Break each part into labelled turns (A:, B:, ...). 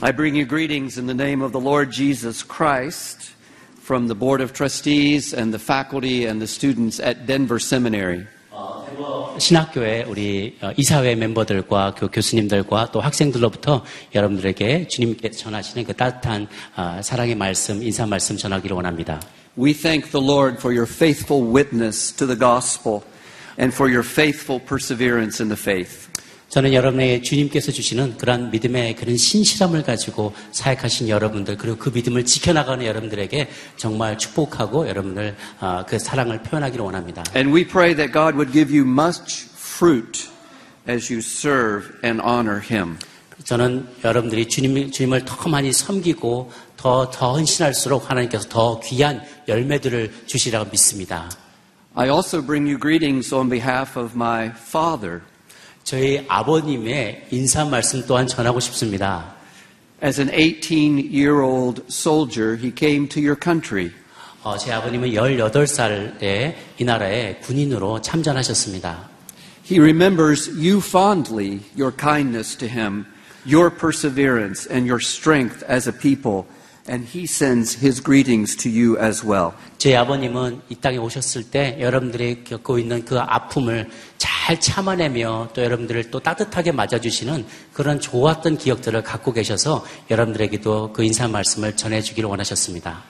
A: I bring you greetings in the name of the Lord Jesus Christ from the Board of Trustees and the faculty and the students at Denver Seminary.
B: 신학교의 우리 어, 이사회 멤버들과 교, 교수님들과 또 학생들로부터 여러분들에게 주님께서 전하시는 그 따뜻한 아, 사랑의 말씀, 인사 말씀 전하기를 원합니다.
A: We thank the Lord for your faithful witness to the gospel and for your faithful perseverance in the faith.
B: 저는 여러분의 주님께서 주시는 그러한 믿음의 그런 신실함을 가지고 사역하신 여러분들 그리고 그 믿음을 지켜나가는 여러분들에게 정말 축복하고 여러분들 아, 그 사랑을 표현하기를 원합니다.
A: And we pray that God would give you much fruit as you serve and honor Him.
B: 저는 여러분들이 주님, 주님을 더 많이 섬기고 더, 더 헌신할수록 하나님께서 더 귀한 열매들을 주시라고 믿습니다.
A: I also bring you greetings on behalf of my father.
B: 저희 아버님의 인사 말씀 또한 전하고 싶습니다.
A: As an 18 year old soldier, he came to your country.
B: 어, 제 아버님은 18살에 이 나라에 군인으로 참전하셨습니다.
A: He remembers you fondly, your kindness to him, your perseverance, and your strength as a people, and he sends his greetings to you as well.
B: 제 아버님은 이 땅에 오셨을 때 여러분들이 겪고 있는 그 아픔을 잘 참아내며 또 여러분들을 또 따뜻하게 맞아주시는 그런 좋았던 기억들을 갖고 계셔서 여러분들에게도 그 인사 말씀을 전해주기를 원하셨습니다.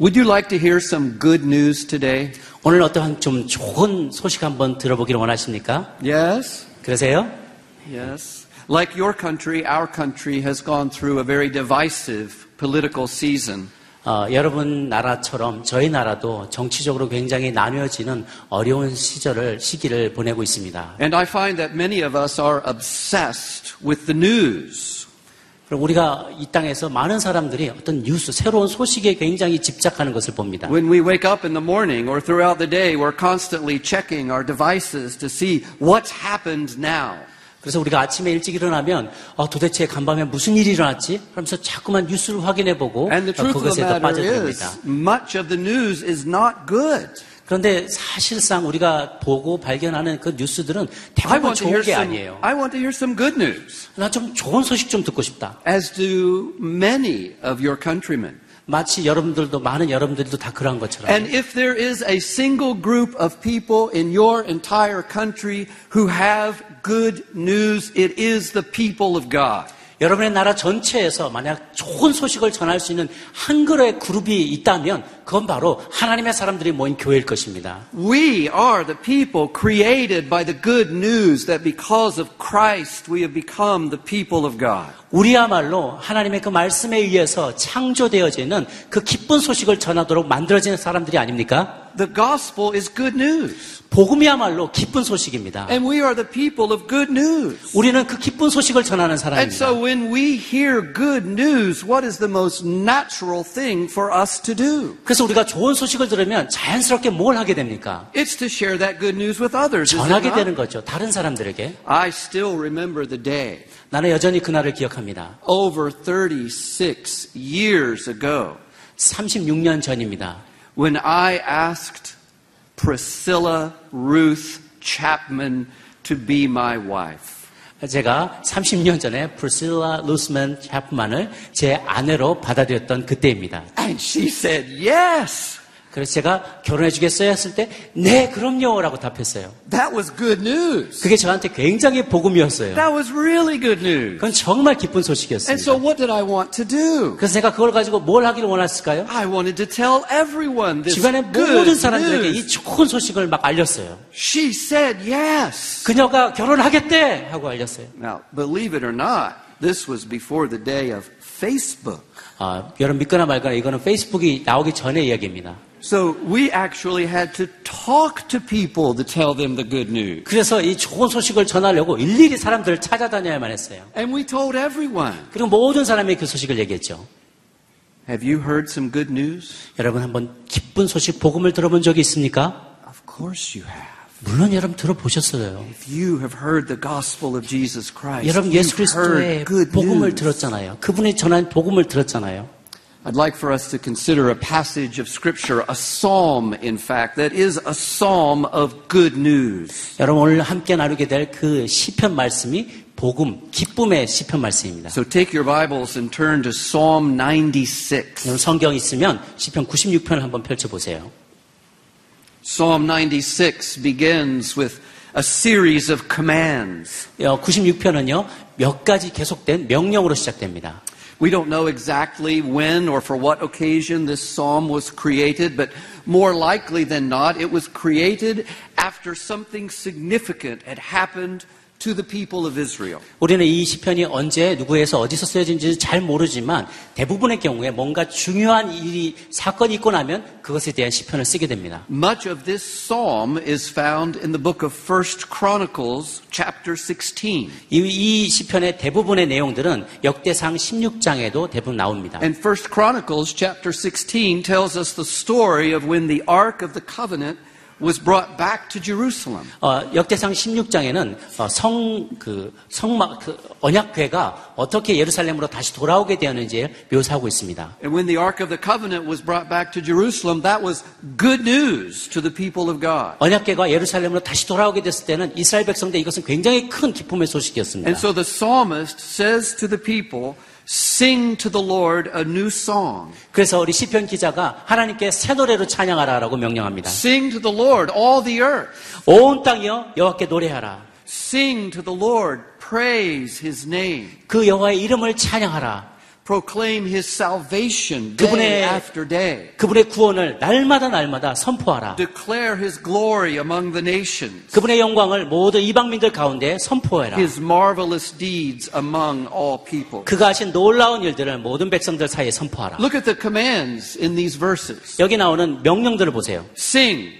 A: Would you like to hear some good news today?
B: 오늘 어떠한 좀 좋은 소식 한번 들어보기를 원하십니까?
A: Yes?
B: 그러세요?
A: Yes. Like your country, our country has gone through a very divisive political season.
B: 어, 여러분 나라처럼 저희 나라도 정치적으로 굉장히 나뉘어지는 어려운 시절을 시기를 보내고 있습니다.
A: And I find that many of us are obsessed with the news.
B: 그리고 우리가 이 땅에서 많은 사람들이 어떤 뉴스, 새로운 소식에 굉장히 집착하는 것을 봅니다.
A: When we wake up in the morning or throughout the day, we're constantly checking our devices to see what's happened now.
B: 그래서 우리가 아침에 일찍 일어나면 어, 도대체 간밤에 무슨 일이 일어났지? 하면서 자꾸만 뉴스를 확인해보고
A: And the truth of
B: 그것에
A: the
B: 더
A: matter
B: 빠져듭니다.
A: is, much of the news is not good.
B: 그런데 사실상 우리가 보고 발견하는 그 뉴스들은
A: I
B: 대부분
A: want to hear
B: 좋은 게
A: some,
B: 아니에요.
A: I want to hear some good news,
B: 나 좀 좋은 소식 좀 듣고 싶다.
A: as do many of your countrymen.
B: 마치 여러분들도 많은 여러분들도 다 그러한 것처럼.
A: And if there is a single group of people in your entire country who have good news, it is the people of God.
B: 여러분의 나라 전체에서 만약 좋은 소식을 전할 수 있는 한 그루의 그룹이 있다면 그건 바로 하나님의 사람들이 모인 교회일 것입니다.
A: We are the people created by the good news that because of Christ we have become the people of God.
B: 우리야말로 하나님의 그 말씀에 의해서 창조되어지는 그 기쁜 소식을 전하도록 만들어지는 사람들이 아닙니까?
A: The gospel is good news,
B: 복음이야말로 기쁜 소식입니다.
A: and we are the people of good news.
B: 우리는 그 기쁜 소식을 전하는
A: And
B: 사람입니다.
A: so when we hear good news, what is the most natural thing for us to do?
B: 그래서 우리가 좋은 소식을 들으면 자연스럽게 뭘 하게 됩니까?
A: It's to share that good news with others. is it
B: 전하게
A: not?
B: 되는 거죠. 다른 사람들에게.
A: I still remember the day
B: 나는 여전히 그날을 기억합니다.
A: over 36 years ago
B: 36년 전입니다.
A: when I asked Priscilla Ruth Chapman to be my wife.
B: 제가 30년 전에 프리실라 루스맨 샤프만을 제 아내로 받아들였던 그때입니다.
A: And she said, Yes,
B: 그래서 제가 결혼해 주겠어요 했을 때, 네, 그럼요. 라고 답했어요.
A: that was good news.
B: 그게 저한테 굉장히 복음이었어요.
A: That was really good news.
B: 그건 정말 기쁜
A: And so,
B: 소식이었습니다.
A: what did I want to do?
B: 그래서 제가 그걸 가지고 뭘 하기를 원했을까요?
A: I wanted to tell everyone this
B: 주변의
A: good
B: 모든 사람들에게 이
A: news.
B: 좋은 소식을 막 알렸어요.
A: She said, Yes.
B: 그녀가 결혼하겠대! 하고 알렸어요.
A: Now, believe it or not, this was before the day of Facebook.
B: 아, 여러분 믿거나 말거나 이거는 페이스북이 나오기 전의 이야기입니다.
A: So we actually had to talk to people to tell them the good news.
B: 그래서 이 좋은 소식을 전하려고 일일이 사람들을 찾아다녀야만 했어요.
A: And we told everyone.
B: 그리고 모든 사람이 그 소식을 얘기했죠.
A: Have you heard some good news?
B: 여러분 한번 기쁜 소식 복음을 들어본 적이 있습니까?
A: Of course you have.
B: 물론 여러분 들어보셨어요.
A: If you have heard the gospel of Jesus Christ,
B: 여러분
A: you've
B: 예수
A: heard
B: 그리스도의
A: good
B: 복음을
A: news.
B: 들었잖아요. 그분이 전한 복음을 들었잖아요.
A: I'd like for us to consider a passage of Scripture, a psalm, in fact, that is a psalm of good news.
B: 여러분 오늘 함께 나누게 될 그 시편 말씀이 복음, 기쁨의 시편 말씀입니다.
A: So take your Bibles and turn to Psalm 96.
B: 여러분 성경 있으면 시편 96편을 한번 펼쳐 보세요.
A: Psalm 96 begins with a series of commands.
B: 어, 96편은요. 몇 가지 계속된 명령으로 시작됩니다.
A: We don't know exactly when or for what occasion this psalm was created, but more likely than not, it was created after something significant had happened to the people of Israel.
B: 우리는 이 시편이 언제 누구에서 어디서 쓰여진지 잘 모르지만 대부분의 경우에 뭔가 중요한 일이 사건이 있고 나면 그것에 대한 시편을 쓰게 됩니다.
A: Much of this psalm is found in the book of 1 Chronicles, chapter 16.
B: 이, 이 시편의 대부분의 내용들은 역대상 16장에도 대부분 나옵니다.
A: And 1 Chronicles, chapter 16, tells us the story of when the Ark of the Covenant was brought back to Jerusalem.
B: 어, 역대상 16장에는 어, 성, 그, 성막, 그, 언약궤가 어떻게 예루살렘으로 다시 돌아오게 되었는지를 묘사하고 있습니다.
A: And when the Ark of the Covenant was brought back to Jerusalem, that was good news to the people of God.
B: 언약궤가 예루살렘으로 다시 돌아오게 됐을 때는 이스라엘 백성들 이것은 굉장히 큰 기쁨의
A: And
B: 소식이었습니다.
A: so the psalmist says to the people, Sing to the Lord a new song.
B: 그래서 우리 시편 기자가 하나님께 새 노래로 찬양하라라고 명령합니다.
A: Sing to the Lord, all the earth.
B: 온 땅이여 여호와께 노래하라.
A: Sing to the Lord, praise his name.
B: 그 여호와의 이름을 찬양하라.
A: Proclaim his salvation day
B: 그분의-
A: after day.
B: 그분의 구원을 날마다 날마다 선포하라.
A: Declare his glory among the nations,
B: 그분의 영광을 모든 이방민들 가운데 선포해라.
A: his marvelous deeds among all people.
B: 그가 하신 놀라운 일들을 모든 백성들 사이에 선포하라.
A: Look at the commands in these verses.
B: 여기 나오는 명령들을 보세요.
A: Sing,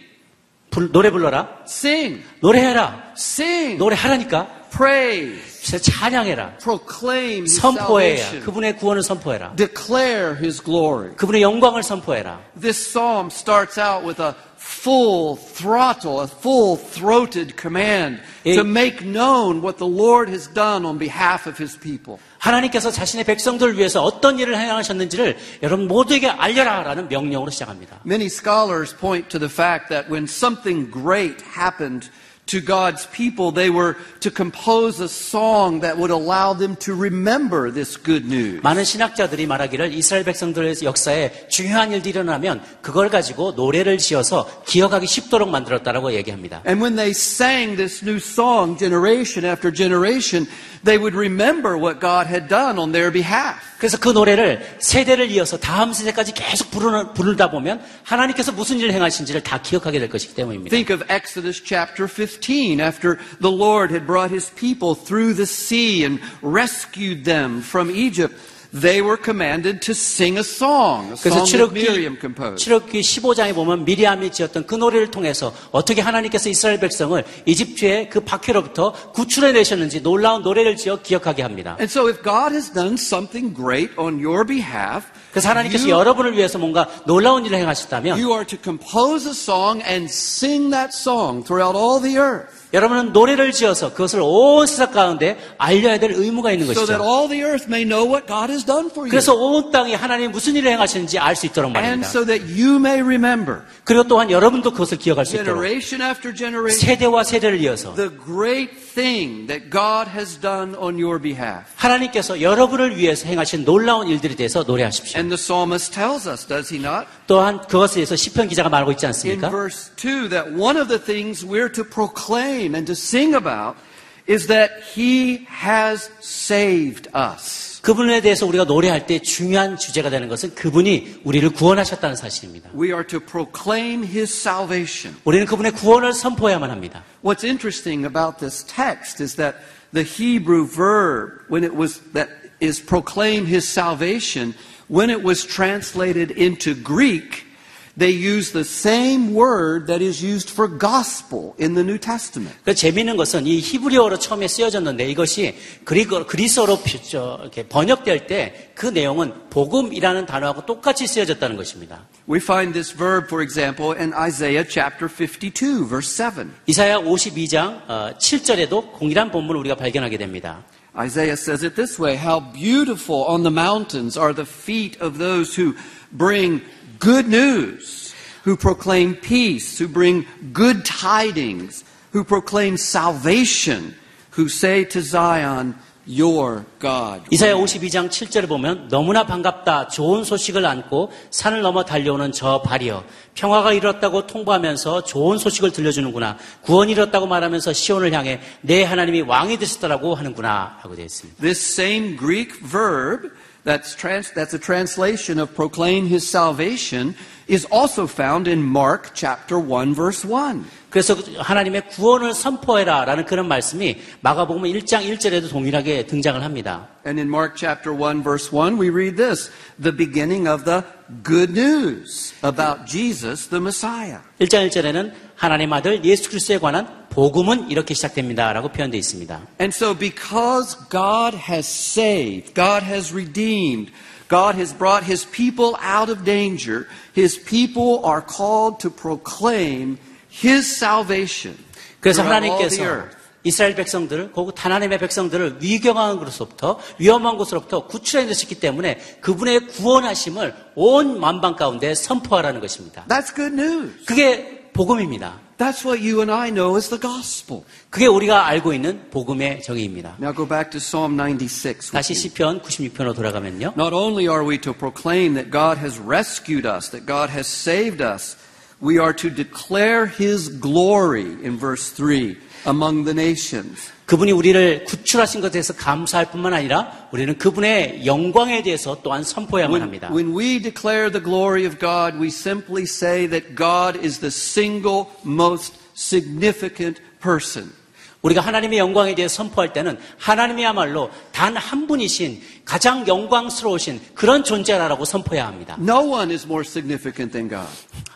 B: 불- 노래 불러라.
A: sing,
B: 노래해라.
A: sing,
B: 노래하라니까.
A: praise,
B: 찬양해라.
A: proclaim his
B: 선포해라.
A: salvation,
B: 그분의 구원을 선포해라.
A: declare his glory.
B: 그분의 영광을 선포해라.
A: This psalm starts out with a full throttle, a full throated command
B: 예.
A: to make known what the Lord has done on behalf of his people.
B: 하나님께서 자신의 백성들을 위해서 어떤 일을 행하셨는지를 여러분 모두에게 알려라. 라는 명령으로 시작합니다.
A: Many scholars point to the fact that when something great happened to God's people, they were to compose a song that would allow them to remember this good news.
B: 많은 신학자들이 말하기를 이스라엘 백성들의 역사에 중요한 일들이 일어나면 그걸 가지고 노래를 지어서 기억하기 쉽도록 만들었다라고 얘기합니다.
A: And when they sang this new song generation after generation, they would remember what God had done on their behalf.
B: 그래서 그 노래를 세대를 이어서 다음 세대까지 계속 부르는, 부르다 보면 하나님께서 무슨 일을 행하신지를 다 기억하게 될 것이기 때문입니다.
A: Think of Exodus chapter 15 after the Lord had brought his people through the sea and rescued them from Egypt. They were commanded to sing a song, a
B: 그래서
A: song that
B: 출애굽기
A: Miriam composed.
B: 15장에 보면 미리암이 지었던 그 노래를 통해서 어떻게 하나님께서 이스라엘 백성을 이집트의 그 박해로부터 구출해 내셨는지 놀라운 노래를 지어 기억하게 합니다.
A: And so if God has done something great on your behalf,
B: 그래서 하나님께서
A: you,
B: 여러분을 위해서 뭔가 놀라운 일을 행하셨다면
A: you are to compose a song and sing that song throughout all the earth
B: 여러분은 노래를 지어서 그것을 온 세상 가운데 알려야 될 의무가 있는
A: so that
B: 것이죠.
A: all the earth may know what God has done for you.
B: 그래서 온 땅에 하나님이 무슨 일을 행하시는지 알 수 있도록
A: And
B: 말입니다.
A: so that you may remember
B: 그리고 또한 여러분도 그것을 기억할 수 있도록
A: generation after generation
B: 세대와 세대를 이어서
A: the great thing that God has done on your behalf.
B: 하나님께서 여러분을 위해서 행하신 놀라운 일들에 대해서 노래하십시오.
A: And the psalmist tells us, does he not,
B: 또한 그것에 대해서 시편 기자가 말하고 있지
A: in
B: 않습니까?
A: verse 2, that one of the things we're to proclaim and to sing about is that he has saved us.
B: 그분에 대해서 우리가 노래할 때 중요한 주제가 되는 것은 그분이 우리를 구원하셨다는 사실입니다.
A: We are to proclaim his salvation.
B: 우리는 그분의 구원을 선포해야만 합니다.
A: What's interesting about this text is that the Hebrew verb, when it was, that is proclaim his salvation, when it was translated into Greek, they use the same word that is used for gospel in the New Testament.
B: 그 재미있는 것은 이 히브리어로 처음에 쓰여졌는데 이것이 그리고 그리스어로 피- 저- 이렇게 번역될 때 그 내용은 복음이라는 단어하고 똑같이 쓰여졌다는 것입니다.
A: We find this verb, for example, in Isaiah chapter 52, verse 7.
B: 어, 이사야 52장 7절에도 공일한 본문을 우리가 발견하게 됩니다.
A: Isaiah says it this way How beautiful on the mountains are the feet of those who bring good news, who proclaim peace, who bring good tidings, who proclaim salvation, who say to Zion, Your God.
B: 이사야 52장 7절을 보면 너무나 반갑다. 좋은 소식을 안고 산을 넘어 달려오는 저 발이여. 평화가 이뤘다고 통보하면서 좋은 소식을 들려주는구나. 구원이 이뤘다고 말하면서 시온을 향해 내 하나님이 왕이 되셨다라고 하는구나. 하고 되어 있습니다.
A: This same Greek verb, that's, trans- that's a translation of proclaim his salvation, is also found in Mark chapter 1, verse 1.
B: 그래서 하나님의 구원을 선포해라 라는 그런 말씀이 마가복음 1장 1절에도 동일하게 등장을 합니다.
A: And in Mark chapter 1, verse 1, we read this the beginning of the good news about Jesus, the Messiah.
B: 1장 1절에는 하나님 아들 예수 그리스도에 관한 복음은 이렇게 시작됩니다. 라고 표현되어 있습니다.
A: And so, because God has saved, God has redeemed, God has brought his people out of danger, his people are called to proclaim his salvation.
B: 그래서
A: throughout all
B: 하나님께서
A: the earth.
B: 이스라엘 백성들을 곧하나님의 백성들을 위경한 곳으로부터 위험한 곳으로부터 구출해 내셨기 때문에 그분의 구원하심을 온 만방 가운데 선포하라는 것입니다.
A: That's good news.
B: 그게 복음입니다.
A: That's what you and I know as the gospel.
B: 그게 우리가 알고 있는 복음의 정의입니다.
A: Now go back to Psalm 96. with
B: 다시
A: me.
B: 시편 96편으로 돌아가면요.
A: Not only are we to proclaim that God has rescued us, that God has saved us, we are to declare his glory in verse 3 among the nations.
B: 그분이 우리를 구출하신 것에 대해서 감사할 뿐만 아니라 우리는 그분의 영광에 대해서 또한 선포해야만
A: When,
B: 합니다.
A: when we declare the glory of God, we simply say that God is the single most significant person.
B: 우리가 하나님의 영광에 대해 선포할 때는 하나님이야말로 단 한 분이신 가장 영광스러우신 그런 존재라고 선포해야 합니다.
A: No one is more significant than God.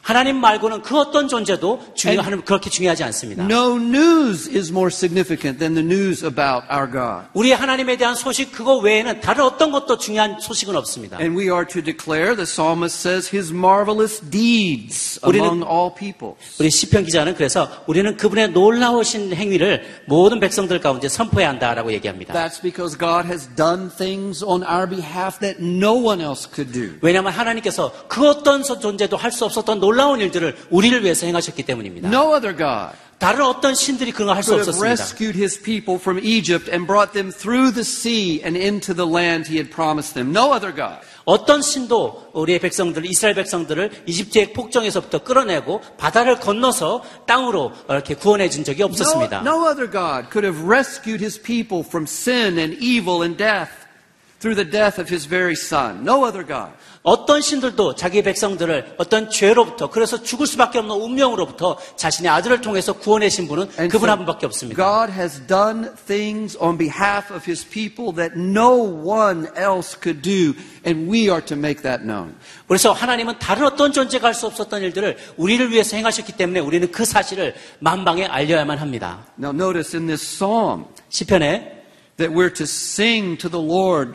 B: 하나님 말고는 그 어떤 존재도 중요,
A: And-
B: 하나님 그렇게 중요하지 않습니다.
A: No news is more significant than the news about our God.
B: 우리 하나님에 대한 소식 그거 외에는 다른 어떤 것도 중요한 소식은 없습니다.
A: And we are to declare, the psalmist says, his marvelous deeds
B: 우리는-
A: among all peoples.
B: 우리 시편 기자는 그래서 우리는 그분의 놀라우신 행위를 모든 백성들 가운데 선포해야 한다라고 얘기합니다.
A: That's because God has done things on our behalf that no one else could do.
B: 왜냐하면 하나님께서 그 어떤 존재도 할 수 없었던 놀라운 일들을 우리를 위해서 행하셨기 때문입니다.
A: No other God
B: 다른 어떤 신들이 그런 걸 할 수
A: could have
B: 없었습니다.
A: rescued his people from Egypt and brought them through the sea and into the land he had promised them. No other God.
B: 어떤 신도 우리의 백성들, 이스라엘 백성들을 이집트의 폭정에서부터 끌어내고 바다를 건너서 땅으로 이렇게 구원해 준 적이
A: No,
B: 없었습니다.
A: no other God could have rescued his people from sin and evil and death through the death of his very son. No other God.
B: 어떤 신들도 자기 백성들을 어떤 죄로부터 그래서 죽을 수밖에 없는 운명으로부터 자신의 아들을 통해서 구원해신 분은
A: And
B: 그분
A: so
B: 한 분밖에 없습니다.
A: God has done things on behalf of his people that no one else could do, and we are to make that known.
B: 그래서 하나님은 다른 어떤 존재가 할 수 없었던 일들을 우리를 위해서 행하셨기 때문에 우리는 그 사실을 만방에 알려야만 합니다.
A: Now, notice in this psalm
B: 시편에
A: that we're to sing to the Lord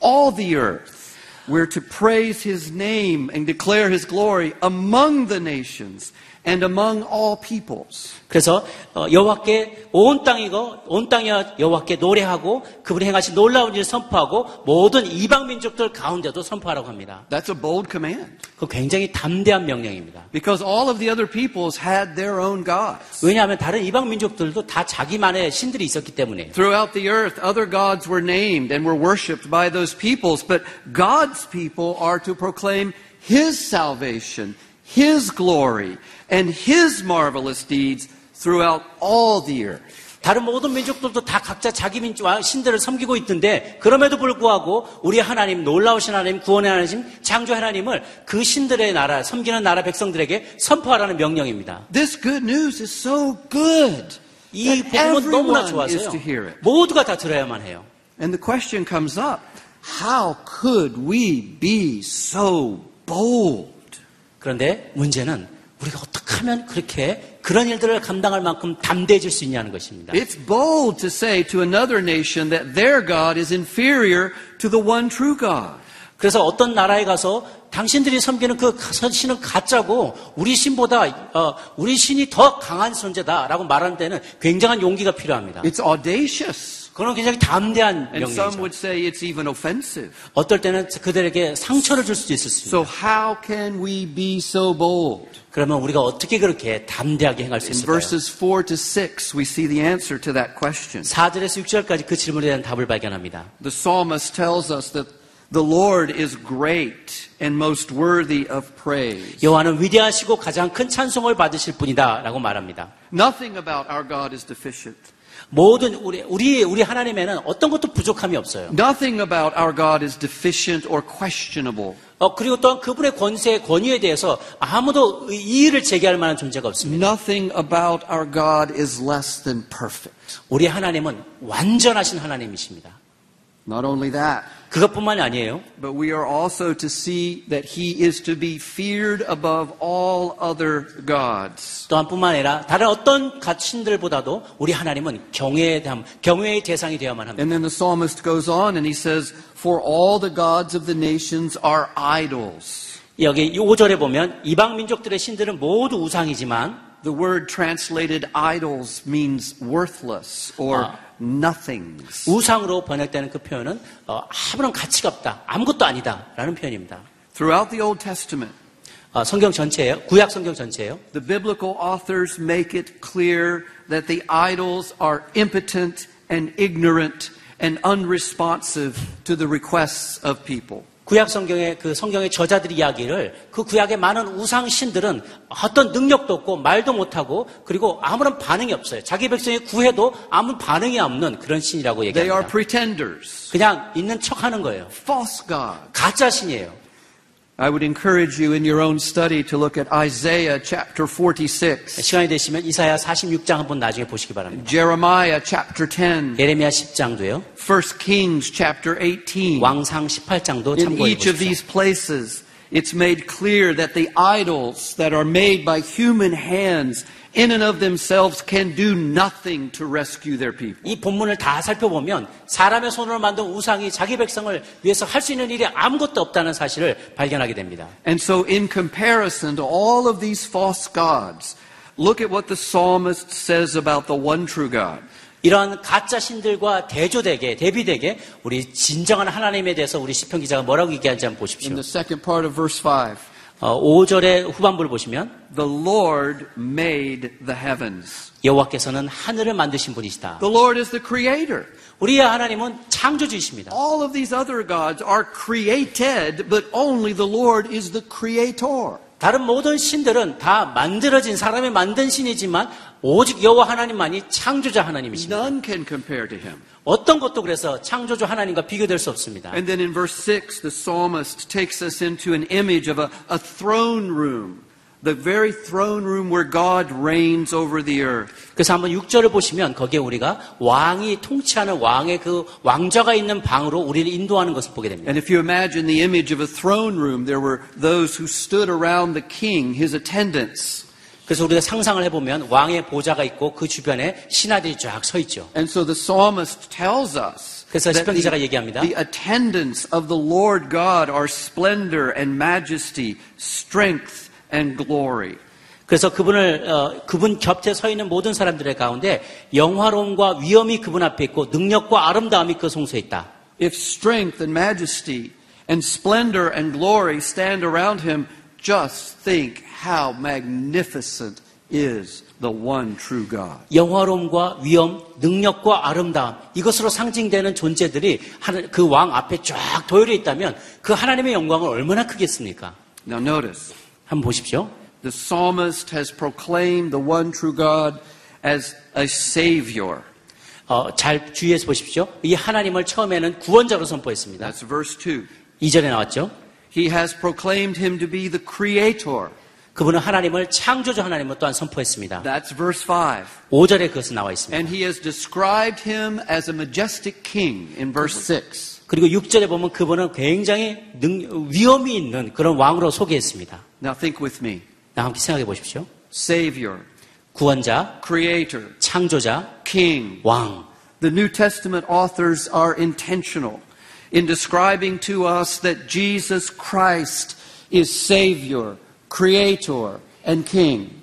A: all the earth. We're to praise his name and declare his glory among the nations and among all peoples.
B: 그래서 어, 여호와께 온 땅이고 온 땅이 여호와께 노래하고 그분이 행하신 놀라운 일을 선포하고 모든 이방 민족들 가운데도 선포하라고 합니다.
A: That's a bold command
B: 그 굉장히 담대한 명령입니다.
A: because all of the other peoples had their own gods.
B: 왜냐하면 다른 이방 민족들도 다 자기만의 신들이 있었기 때문에
A: Throughout the earth, other gods were named and were worshipped by those peoples, but God's people are to proclaim His salvation, His glory, and His marvelous deeds throughout all the earth.
B: 다른 모든 민족들도 다 각자 자기 민족 아, 신들을 섬기고 있던데 그럼에도 불구하고 우리 하나님 놀라우신 하나님 구원의 하나님 창조 하나님을 그 신들의 나라 섬기는 나라 백성들에게 선포하라는 명령입니다.
A: This good news is so good.
B: 이
A: that
B: 복음은 너무나
A: everyone is
B: 좋아서요.
A: to hear it.
B: 모두가 다 들어야만 해요.
A: And the question comes up how could we be so bold?
B: 그런데 문제는 우리가 어떻게 하면 그렇게 그런 일들을 감당할 만큼 담대해질 수 있냐는 것입니다.
A: It's bold to say to another nation that their God is inferior to the one true God.
B: 그래서 어떤 나라에 가서 당신들이 섬기는 그 신은 가짜고 우리 신보다 어, 우리 신이 더 강한 존재다라고 말하는 데는 굉장한 용기가 필요합니다.
A: It's audacious.
B: 그런 굉장히 담대한
A: 예? And some
B: 명령이죠.
A: would say it's even offensive.
B: 어떨 때는 그들에게 상처를 줄 수도 있을 수 있습니다.
A: So how can we be so bold?
B: 그러면 우리가 어떻게 그렇게 담대하게 행할 수
A: In
B: 있을까요?
A: verses 4 to 6, we see the answer to that question.
B: 4절에서 6절까지 그 질문에 대한 답을 발견합니다.
A: The psalmist tells us that the Lord is great and most worthy of praise.
B: 여호와는 위대하시고 가장 큰 찬송을 받으실 분이다라고 말합니다.
A: Nothing about our God is deficient.
B: 모든 우리 우리 우리 하나님에는 어떤 것도 부족함이 없어요.
A: Nothing about our God is deficient or questionable.
B: 어, 그리고 또한 그분의 권세 권위에 대해서 아무도 이의를 제기할 만한 존재가 없습니다.
A: Nothing about our God is less than perfect.
B: 우리 하나님은 완전하신 하나님이십니다.
A: Not only that,
B: 그것뿐만이 아니에요.
A: but we are also to see that he is to be feared above all other gods.
B: 또한뿐만 아니라 다른 어떤 가 신들보다도 우리 하나님은 경외에 대한 경외의 대상이 되어야만 합니다.
A: And then the psalmist goes on and he says, For all the gods of the nations are idols.
B: 여기 5절에 보면 이방 민족들의 신들은 모두 우상이지만
A: The word translated idols means worthless or
B: Ah.
A: nothings.
B: 우상으로 번역되는 그 표현은 어, 아무런 가치가 없다. 아무것도 아니다라는 표현입니다.
A: Throughout the Old Testament,
B: 어, 성경 전체예요. 구약 성경 전체예요.
A: The biblical authors make it clear that the idols are impotent and ignorant and unresponsive to the requests of people.
B: 구약 성경의 그 성경의 저자들이 이야기를 그 구약의 많은 우상 신들은 어떤 능력도 없고 말도 못하고 그리고 아무런 반응이 없어요. 자기 백성이 구해도 아무 반응이 없는 그런 신이라고
A: They are
B: 얘기합니다.
A: pretenders,
B: 그냥 있는 척하는 거예요.
A: false gods.
B: 가짜 신이에요.
A: I would encourage you in your own study to look at Isaiah chapter 46,
B: 시간이 되시면 이사야 46장 한번 나중에 보시기 바랍니다.
A: Jeremiah chapter 10,
B: 예레미야 10장도요.
A: 1 Kings chapter 18.
B: 왕상 18장도
A: In
B: 참고해
A: each of
B: 보십시오.
A: these places, it's made clear that the idols that are made by human hands in and of themselves can do nothing to rescue their people.
B: 이 본문을 다 살펴보면 사람의 손으로 만든 우상이 자기 백성을 위해서 할 수 있는 일이 아무것도 없다는 사실을 발견하게 됩니다.
A: And so, in comparison to all of these false gods, look at what the psalmist says about the one true God.
B: 이러한 가짜 신들과 대조되게 대비되게 우리 진정한 하나님에 대해서 우리 시편 기자가 뭐라고 얘기하는지 한번
A: In
B: 보십시오.
A: the second part of verse 5,
B: 어, 5절의 후반부를 보시면
A: the Lord made the heavens.
B: 여호와께서는 하늘을 만드신 분이시다.
A: The Lord is the creator.
B: 우리의 하나님은 창조주이십니다.
A: All of these other gods are created, but only the Lord is the creator.
B: 다른 모든 신들은 다 만들어진 사람이 만든 신이지만 오직 여호와 하나님만이 창조자 하나님이십니다.
A: None can compare to him.
B: 어떤 것도 그래서 창조주 하나님과 비교될 수 없습니다.
A: And then in verse 6, the psalmist takes us into an image of a, a throne room, the very throne room where God reigns over the earth.
B: 그래서 한번 6절을 보시면 거기에 우리가 왕이 통치하는 왕의 그 왕좌가 있는 방으로 우리를 인도하는 것을 보게 됩니다.
A: And if you imagine the image of a throne room, there were those who stood around the king, his attendants.
B: 그래서 우리가 상상을 해보면 왕의 보좌가 있고 그 주변에 신하들이 쫙 서 있죠.
A: And so the psalmist tells us
B: 그래서
A: that
B: 시편 기자가
A: the,
B: 얘기합니다.
A: the attendants of the Lord God are splendor and majesty, strength and glory.
B: 그래서 그분을 어, 그분 곁에 서 있는 모든 사람들의 가운데 영화로움과 위엄이 그분 앞에 있고 능력과 아름다움이 그 성소에 있다.
A: If strength and majesty and splendor and glory stand around him, just think how magnificent is the one true God.
B: 영화로움과 위엄, 능력과 아름다움 이것으로 상징되는 존재들이 그 왕 앞에 쫙 도열해 있다면 그 하나님의 영광은 얼마나 크겠습니까?
A: Now, notice,
B: 한번 보십시오.
A: the psalmist has proclaimed the one true God as a savior.
B: 어, 잘 주의해서 보십시오. 이 하나님을 처음에는 구원자로 선포했습니다.
A: That's verse 2.
B: 2절에 나왔죠.
A: He has proclaimed him to be the creator.
B: 그분은 하나님을 창조주 하나님을 또한 선포했습니다.
A: That's verse 5.
B: 5절에 그것은 나와 있습니다.
A: And he has described him as a majestic king in verse 6.
B: 그리고 6절에 보면 그분은 굉장히 능, 위험이 있는 그런 왕으로 소개했습니다.
A: Now, think with me
B: 나 함께 생각해 보십시오.
A: Savior,
B: 구원자,
A: creator,
B: 창조자,
A: king.
B: 왕.
A: The New Testament authors are intentional in describing to us that Jesus Christ is Savior, Creator, and King.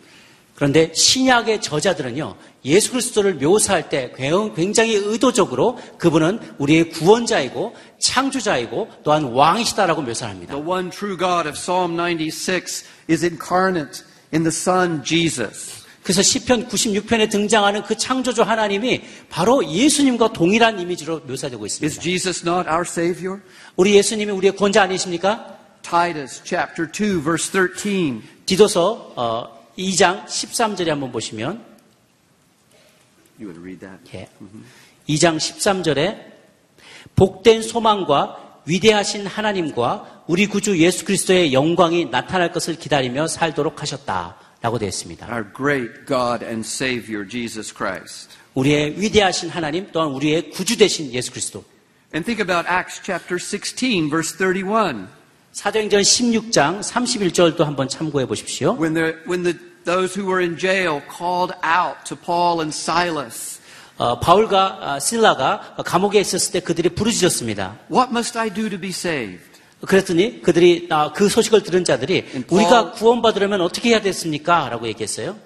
B: 그런데 신약의 저자들은요, 예수 그리스도를 묘사할 때 굉장히 의도적으로 그분은 우리의 구원자이고 창조자이고 또한 왕이시다라고 묘사합니다.
A: The one true God of Psalm 96 is incarnate in the Son Jesus.
B: 그래서 시편 96편에 등장하는 그 창조주 하나님이 바로 예수님과 동일한 이미지로 묘사되고
A: Is
B: 있습니다.
A: Jesus not our Savior?
B: 우리 예수님이 우리의 권자 아니십니까?
A: Titus chapter 2 verse 13.
B: 디도서 어, 2장 13절에 한번 보시면
A: You would read that.
B: 예. 2장 13절에 복된 소망과 위대하신 하나님과 우리 구주 예수 그리스도의 영광이 나타날 것을 기다리며 살도록 하셨다라고 되어 있습니다.
A: Our great God and Savior Jesus Christ.
B: 우리의 위대하신 하나님 또한 우리의 구주 되신 예수 그리스도.
A: And think about Acts chapter 16 verse 31.
B: 사도행전 16장 31절도 한번 참고해 보십시오.
A: When the when the those who were in jail called out to Paul and Silas,
B: 어, 바울과 아, 실라가 감옥에 있었을 때 그들이 부르짖었습니다.
A: "What must I do to be saved?"
B: 그랬더니 그들이 아, 그 소식을 들은 자들이 우리가 구원받으려면 어떻게 해야 됐습니까? 라고 얘기했어요.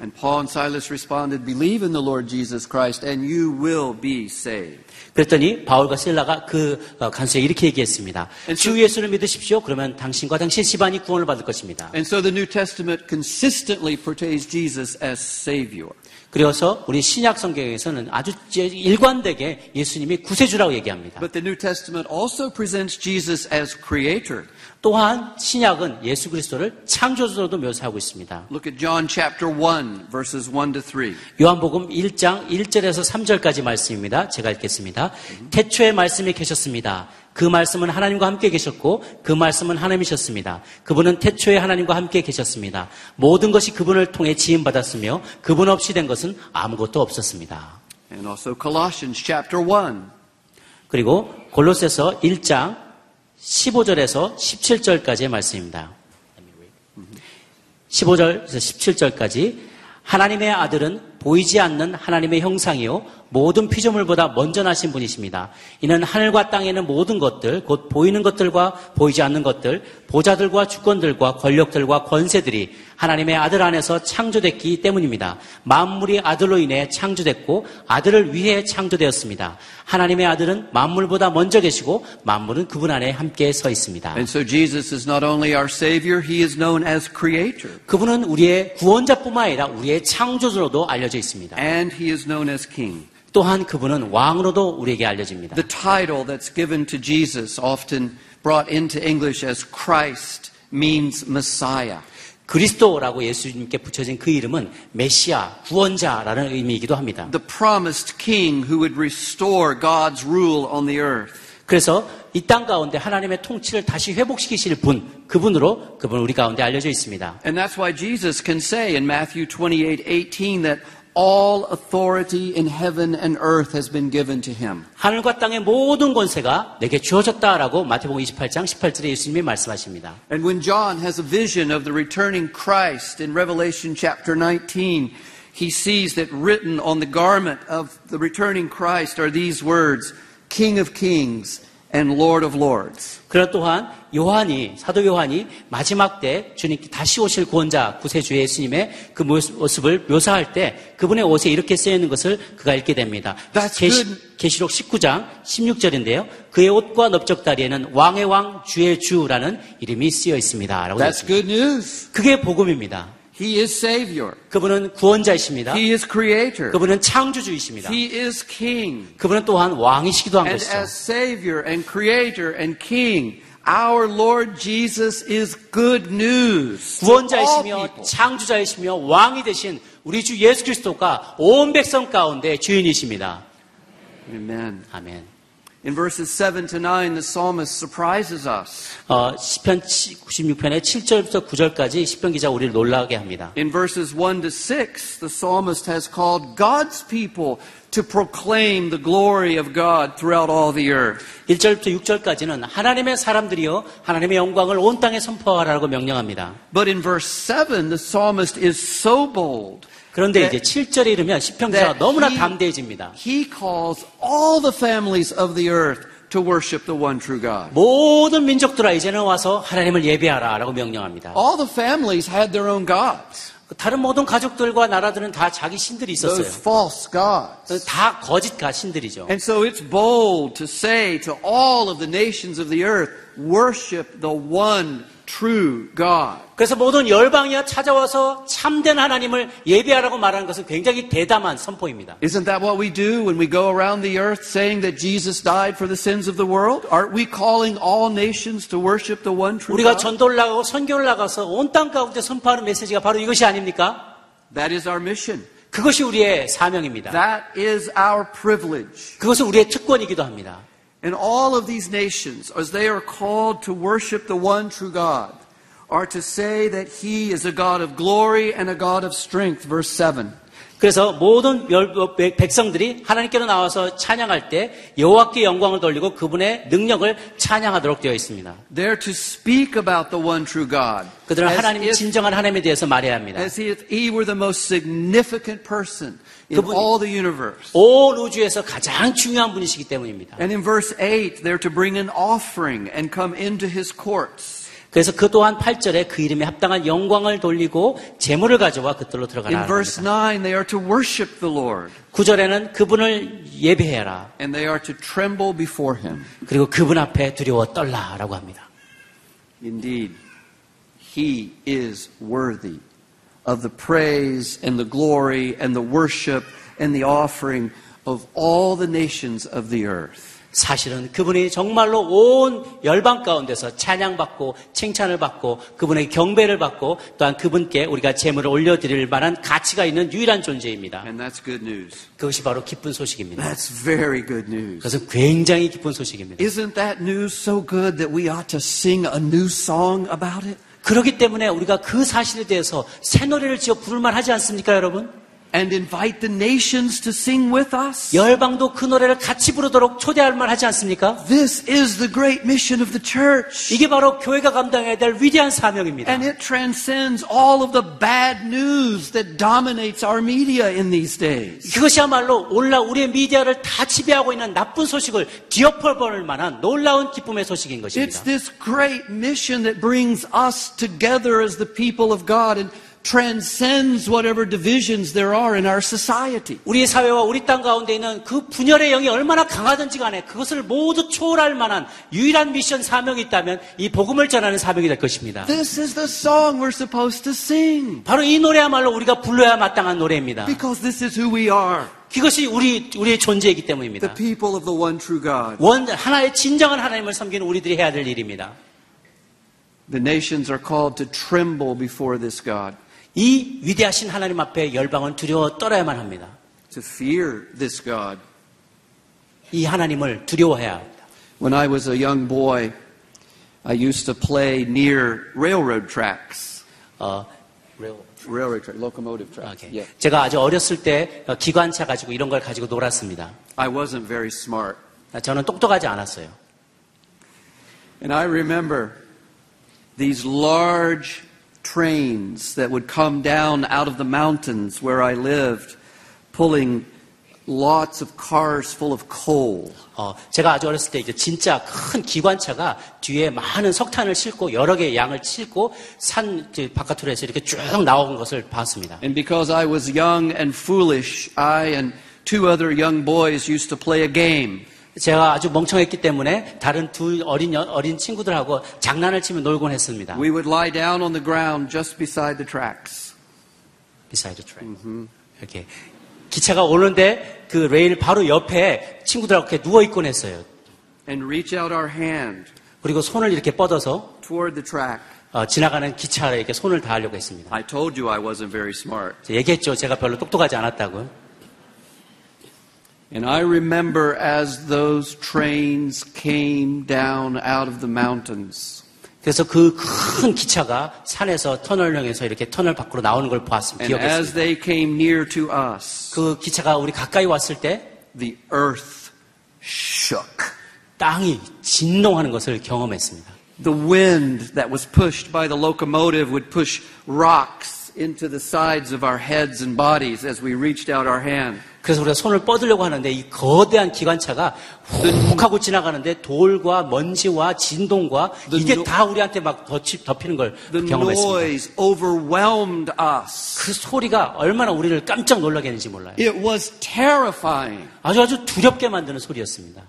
A: And Paul and Silas responded, "Believe in the Lord Jesus Christ and you will be saved."
B: 그랬더니 바울과 실라가 그 어, 간수에 이렇게 얘기했습니다. 주 예수를 믿으십시오. 그러면 당신과 당신 집안이 구원을 받을 것입니다.
A: And so the New Testament consistently portrays Jesus as Savior.
B: 그래서 우리 신약 성경에서는 아주 제- 일관되게 예수님이 구세주라고 얘기합니다.
A: But the New Testament also presents Jesus as Creator.
B: 또한 신약은 예수 그리스도를 창조주로도 묘사하고 있습니다.
A: Look at John chapter 1, verses 1 to 3.
B: 요한복음 1장 1절에서 3절까지 말씀입니다. 제가 읽겠습니다. 태초에 말씀이 계셨습니다. 그 말씀은 하나님과 함께 계셨고 그 말씀은 하나님이셨습니다. 그분은 태초에 하나님과 함께 계셨습니다. 모든 것이 그분을 통해 지음 받았으며 그분 없이 된 것은 아무것도 없었습니다.
A: And also Colossians chapter 1.
B: 그리고 골로새서 1장 15절에서 17절까지의 말씀입니다. 15절에서 17절까지 하나님의 아들은 보이지 않는 하나님의 형상이요 모든 피조물보다 먼저 나신 분이십니다. 이는 하늘과 땅에는 모든 것들 곧 보이는 것들과 보이지 않는 것들 보자들과 주권들과 권력들과 권세들이 하나님의 아들 안에서 창조됐기 때문입니다. 만물이 아들로 인해 창조됐고 아들을 위해 창조되었습니다. 하나님의 아들은 만물보다 먼저 계시고 만물은 그분 안에 함께 서 있습니다.
A: And so Jesus is not only our Savior, He is known as Creator.
B: 그분은 우리의 구원자뿐만 아니라 우리의 창조주로도 알려져 있습니다.
A: And He is known as King.
B: 또한 그분은 왕으로도 우리에게 알려집니다.
A: The title that's given to Jesus, often brought into English as Christ, means Messiah.
B: 그리스도라고 예수님께 붙여진 그 이름은 메시아, 구원자라는 의미이기도 합니다.
A: The promised King who would restore God's rule on the earth.
B: 그래서 이 땅 가운데 하나님의 통치를 다시 회복시키실 분, 그분으로 그분 우리 가운데 알려져 있습니다.
A: And that's why Jesus can say in Matthew 28 18 that all authority in heaven and earth has been given to him.
B: 하늘과 땅의 모든 권세가 내게 주어졌다라고 마태복음 28장 18절에 예수님이 말씀하십니다.
A: And when John has a vision of the returning Christ in Revelation chapter 19, he sees that written on the garment of the returning Christ are these words King of kings and Lord of lords.
B: 그러 또한 요한이 사도 요한이 마지막 때 주님께 다시 오실 구원자 구세주 예수님의 그 모습- 모습을 묘사할 때 그분의 옷에 이렇게 쓰여 있는 것을 그가 읽게 됩니다.
A: That's
B: 계시,
A: good.
B: 계시록 19장 16절인데요. 그의 옷과 넓적다리에는 왕의 왕 주의 주라는 이름이 쓰여 있습니다라고
A: That's
B: 되어있습니다.
A: good news.
B: 그게 복음입니다.
A: He is Savior,
B: 그분은 구원자이십니다.
A: He is Creator,
B: 그분은 창조주이십니다.
A: He is King.
B: 그분은 또한 왕이시기도 한
A: And
B: 것이죠.
A: as Savior and Creator and King, our Lord Jesus is good news. to all
B: 구원자이시며
A: people.
B: 창조자이시며 왕이 되신 우리 주 예수 그리스도가 온 백성 가운데 주인이십니다.
A: Amen.
B: 아멘.
A: In verses 7 to 9, the psalmist surprises us.
B: 어, 시편 96편의 7절부터 9절까지 시편 기자 우리를 놀라게 합니다.
A: In verses 1 to 6, the psalmist has called God's people to proclaim the glory of God throughout all the earth.
B: 1절부터 6절까지는 하나님의 사람들이여 하나님의 영광을 온 땅에 선포하라고 명령합니다.
A: But in verse 7, the psalmist is so bold
B: 그런데
A: that
B: 이제 7절에 이르면 시편 기자가
A: that
B: 너무나
A: he-
B: 담대해집니다.
A: He calls all the families of the earth to worship the one true God.
B: 모든 민족들아 이제는 와서 하나님을 예배하라라고 명령합니다.
A: 어? All the families had their own gods.
B: 다른 모든 가족들과 나라들은 다 자기 신들이 있었어요.
A: those false gods.
B: 다 거짓 가 신들이죠.
A: And so it's bold to say to all of the nations of the earth, worship the one true God.
B: 그래서 모든 열방이야 찾아와서 참된 하나님을 예배하라고 말하는 것은 굉장히 대담한 선포입니다.
A: Isn't that what we do when we go around the earth saying that Jesus died for the sins of the world? Aren't we calling all nations to worship the one true
B: 우리가
A: God?
B: 전도를 나가고 선교를 나가서 온 땅 가운데 선포하는 메시지가 바로 이것이 아닙니까?
A: That is our mission.
B: 그것이 우리의 사명입니다.
A: That is our privilege.
B: 그것은 우리의 특권이기도 합니다.
A: And all of these nations, as they are called to worship the one true God, are to say that He is a God of glory and a God of strength. Verse 7.
B: 그래서 모든 열- 어, 백- 백성들이 하나님께로 나와서 찬양할 때 여호와께 영광을 돌리고 그분의 능력을 찬양하도록 되어 있습니다.
A: They're to speak about the one true God
B: 그들은
A: as
B: 하나님
A: if,
B: 진정한 하나님에 대해서 말해야 합니다.
A: as if He were the most significant person in
B: 그분이-
A: all the universe.
B: 온 우주에서 가장 중요한 분이시기 때문입니다.
A: And in verse 8, they're to bring an offering and come into His courts.
B: 그래서 그 또한 8절에 그 이름에 합당한 영광을 돌리고 재물을 가져와 그들로 들어가라.
A: In verse 9, they are to worship the Lord
B: 9절에는 그분을 예배해라.
A: and they are to tremble before Him.
B: 그리고 그분 앞에 두려워 떨라라고 합니다.
A: Indeed, he is worthy of the praise and the glory and the worship and the offering of all the nations of the earth.
B: 사실은 그분이 정말로 온 열방 가운데서 찬양받고 칭찬을 받고 그분의 경배를 받고 또한 그분께 우리가 재물을 올려드릴 만한 가치가 있는 유일한 존재입니다.
A: And that's good news.
B: 그것이 바로 기쁜 소식입니다.
A: That's very good news.
B: 그것은 굉장히 기쁜 소식입니다.
A: Isn't that news so good that we ought to sing a new song about it?
B: 그렇기 때문에 우리가 그 사실에 대해서 새 노래를 지어 부를만 하지 않습니까, 여러분?
A: And invite the nations to sing with us?
B: 열방도 그 노래를 같이 부르도록 초대할 만 하지 않습니까?
A: This is the great mission of the church.
B: 이게 바로 교회가 감당해야 될 위대한 사명입니다.
A: And it transcends all of the bad news that dominates our media in these days.
B: 그것이야말로 올라 우리의 미디어를 다 지배하고 있는 나쁜 소식을 뒤엎어버릴 만한 놀라운 기쁨의 소식인
A: It's
B: 것입니다.
A: this great mission that brings us together as the people of God and transcends whatever divisions there are in our society.
B: 우리 사회와 우리 땅 가운데 있는 그 분열의 영이 얼마나 강하든지 간에 그것을 모두 초월할 만한 유일한 미션 사명이 있다면 이 복음을 전하는 사명이 될 것입니다.
A: This is the song we're supposed to sing
B: 바로 이 노래야말로 우리가 불러야 마땅한 노래입니다.
A: because this is who we are
B: 그것이 우리, 우리의 존재이기
A: the
B: 때문입니다.
A: people of the one true God.
B: 원, 하나의 진정한 하나님을 섬기는 우리들이 해야 될 일입니다.
A: The nations are called to tremble before this God,
B: 이 위대하신 하나님 앞에 열방은 두려워 떨어야만 합니다.
A: to fear this God.
B: 이 하나님을 두려워해야 합니다.
A: When I was a young boy, I used to play near railroad tracks.
B: 어,
A: Railroad track, locomotive tracks.
B: 오케이.
A: Yeah.
B: 제가 아주 어렸을 때 어, 기관차 가지고 이런 걸 가지고 놀았습니다.
A: I wasn't very smart.
B: 저는 똑똑하지 않았어요.
A: And I remember these large trains that would come down out of the mountains where I lived, pulling lots of cars full of coal.
B: 어, 제가 아주 어렸을 때 이제 진짜 큰 기관차가 뒤에 많은 석탄을 싣고 여러 개의 양을 싣고 산그 바깥으로 해서 이렇게 쭉 나온 것을 봤습니다.
A: And because I was young and foolish, I and two other young boys used to play a game.
B: 제가 아주 멍청했기 때문에 다른 두 어린, 여- 어린 친구들하고 장난을 치며 놀곤 했습니다.
A: We would lie down on the ground just beside the tracks.
B: beside the train. 이렇게 기차가 오는데 그 레일 바로 옆에 친구들하고 이렇게 누워 있곤 했어요.
A: and reach out our hand
B: 그리고 손을 이렇게 뻗어서
A: toward the track.
B: 어, 지나가는 기차에 이렇게 손을 닿으려고 했습니다.
A: I told you I wasn't very smart.
B: 제가 얘기했죠. 제가 별로 똑똑하지 않았다고요.
A: And I remember as those trains came down out of the mountains
B: 그래서 그 큰 기차가 산에서 터널형에서 이렇게 터널 밖으로 나오는 걸 보았습니다.
A: and as
B: 기억했습니다.
A: they came near to us,
B: 그 기차가 우리 가까이 왔을 때
A: the earth shook.
B: 땅이 진동하는 것을 경험했습니다.
A: The wind that was pushed by the locomotive would push rocks into the sides of our heads and bodies as we reached out our hand.
B: 그래서 우리가 손을 뻗으려고 하는데 이 거대한 기관차가 훅 하고 지나가는데 돌과 먼지와 진동과
A: The
B: 이게
A: no-
B: 다 우리한테 막 덮치, 덮이는 걸
A: The
B: 경험했습니다.
A: noise overwhelmed us.
B: 그 소리가 얼마나 우리를 깜짝 놀라게 했는지 몰라요.
A: It was terrifying.
B: 아주 아주 두렵게 만드는 소리였습니다.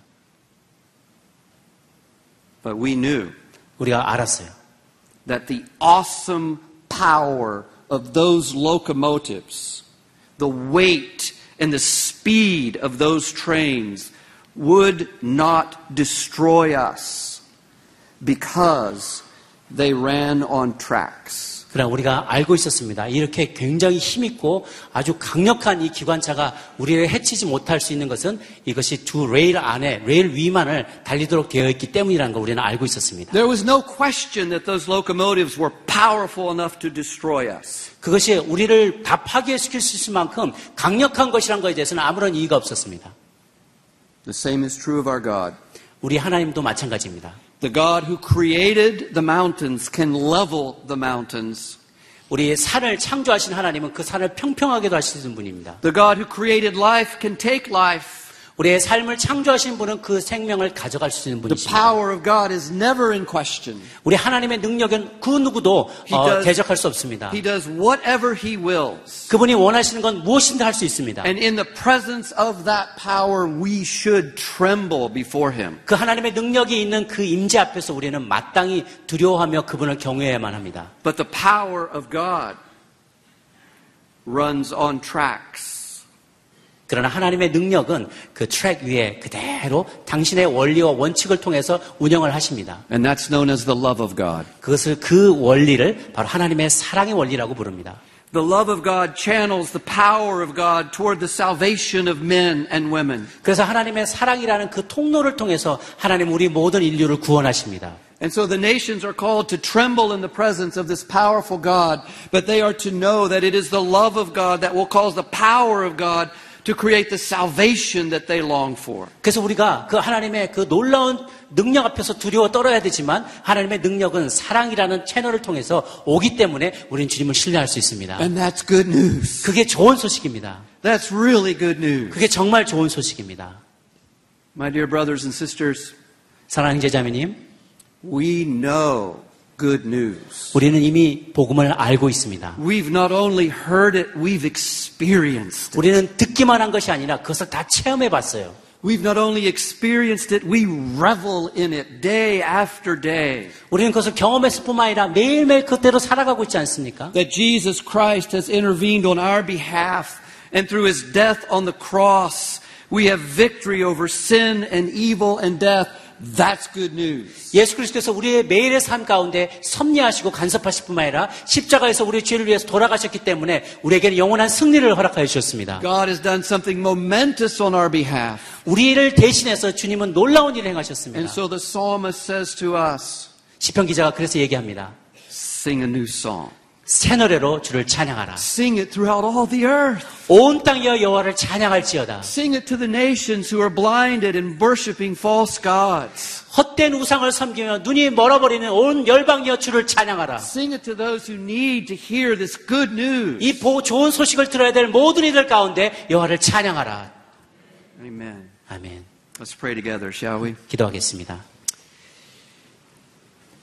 A: But we knew
B: 우리가 알았어요.
A: that the awesome power of those locomotives, the weight and the speed of those trains would not destroy us because they ran on tracks.
B: 그러나 우리가 알고 있었습니다. 이렇게 굉장히 힘있고 아주 강력한 이 기관차가 우리를 해치지 못할 수 있는 것은 이것이 두 레일 안에, 레일 위만을 달리도록 되어 있기 때문이라는 걸 우리는 알고 있었습니다.
A: There was no question that those locomotives were powerful enough to destroy us.
B: 그것이 우리를 다 파괴시킬 수 있을 만큼 강력한 것이란 것에 대해서는 아무런 이의가 없었습니다.
A: The same is true of our God.
B: 우리 하나님도 마찬가지입니다.
A: The God who created the mountains can level the mountains.
B: 우리 산을 창조하신 하나님은 그 산을 평평하게도 할 수 있는 분입니다.
A: The God who created life can take life.
B: 우리의 삶을 창조하신 분은 그 생명을 가져갈 수 있는
A: The
B: 분이십니다.
A: power of God is never in question.
B: 우리 하나님의 능력은 그 누구도
A: He
B: 어,
A: does-
B: 대적할 수 없습니다.
A: He does whatever He wills.
B: 그분이 원하시는 건 무엇인지 할 수 있습니다.
A: And in the presence of that power, we should tremble before Him.
B: 그 하나님의 능력이 있는 그 임재 앞에서 우리는 마땅히 두려워하며 그분을 경외해야만 합니다.
A: But the power of God runs on tracks.
B: 그러나 하나님의 능력은 그 트랙 위에 그대로 당신의 원리와 원칙을 통해서 운영을 하십니다.
A: And that's known as the love of God.
B: 그것을 그 원리를 바로 하나님의 사랑의 원리라고 부릅니다.
A: The love of God channels the power of God toward the salvation of men and women.
B: 그래서 하나님의 사랑이라는 그 통로를 통해서 하나님 우리 모든 인류를 구원하십니다.
A: And so the nations are called to tremble in the presence of this powerful God, but they are to know that it is the love of God that will cause the power of God to create the salvation that they long for.
B: 그래서 우리가 그 하나님의 그 놀라운 능력 앞에서 두려워 떨어야 되지만 하나님의 능력은 사랑이라는 채널을 통해서 오기 때문에 우리는 주님을 신뢰할 수 있습니다.
A: And that's good news.
B: 그게 좋은 소식입니다.
A: That's really good news.
B: 그게 정말 좋은 소식입니다.
A: My dear brothers and sisters,
B: 사랑하는 제자매님,
A: we know good news.
B: 우리는 이미 복음을 알고 있습니다.
A: We've not only heard it, we've experienced it.
B: 우리는 듣기만 한 것이 아니라 그것을 다 체험해 봤어요.
A: We've not only experienced it, we revel in it day after day.
B: 우리는 그것을 경험했을 뿐만 아니라 매일매일 그대로 살아가고 있지 않습니까?
A: that Jesus Christ has intervened on our behalf, and through his death on the cross, we have victory over sin and evil and death. That's good news.
B: 예수 그리스도께서 우리의 매일의 삶 가운데 섭리하시고 간섭하실 뿐만 아니라 십자가에서 우리의 죄를 위해서 돌아가셨기 때문에 우리에게는 영원한 승리를 허락하여 주셨습니다.
A: God has done something momentous on our behalf.
B: 우리를 대신해서 주님은 놀라운 일을
A: And
B: 행하셨습니다.
A: so the psalmist says to us,
B: 시편 기자가 그래서 얘기합니다.
A: Sing a new song.
B: 새 노래로 주를 찬양하라.
A: Sing it throughout all the earth.
B: 온 땅이여 여호와를 찬양할지어다.
A: Sing it to the nations who are blinded and worshiping false gods.
B: 헛된 우상을 섬기며 눈이 멀어버리는 온 열방이여 주를 찬양하라.
A: Sing it to those who need to hear this good news.
B: 이 보- 좋은 소식을 들어야 될 모든 이들 가운데 여호와를 찬양하라.
A: Amen.
B: 아멘.
A: Let's pray together, shall we?
B: 기도하겠습니다.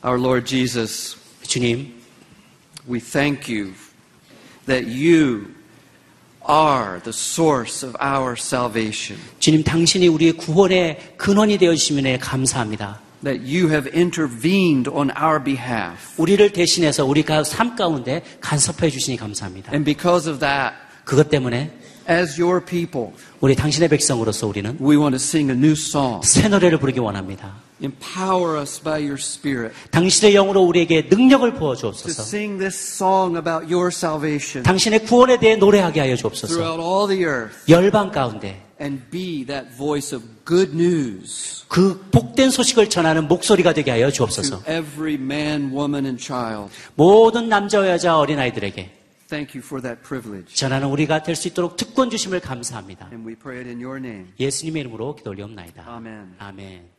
A: Our Lord Jesus,
B: 주님,
A: We thank you that you are the source of our salvation,
B: 주님 당신이 우리의 구원의 근원이 되어 주시면 감사합니다.
A: that you have intervened on our behalf.
B: 우리를 대신해서 우리가 삶 가운데 간섭해 주시니 감사합니다.
A: And because of that,
B: 그것 때문에
A: as your people,
B: 우리 당신의 백성으로서 우리는
A: we want to sing a new song.
B: 새 노래를 부르기 원합니다.
A: Empower us by your Spirit
B: 당신의 영으로 우리에게 능력을 부어
A: to
B: 주옵소서.
A: sing this song about your salvation
B: 당신의 구원에 대해 노래하게 하여 주옵소서.
A: throughout all the earth
B: 열방 가운데
A: and be that voice of good news
B: 그 복된 소식을 전하는 목소리가 되게 하여
A: to
B: 주옵소서.
A: every man, woman, and child.
B: 모든 남자와 여자 어린아이들에게
A: Thank you for that privilege.
B: 전하는 우리가 될 수 있도록 특권 주심을 감사합니다.
A: And we pray it in your name.
B: 예수님의 이름으로 기도 올리옵나이다.
A: Amen.
B: 아멘.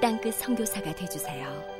C: 땅끝 성교사가 되주세요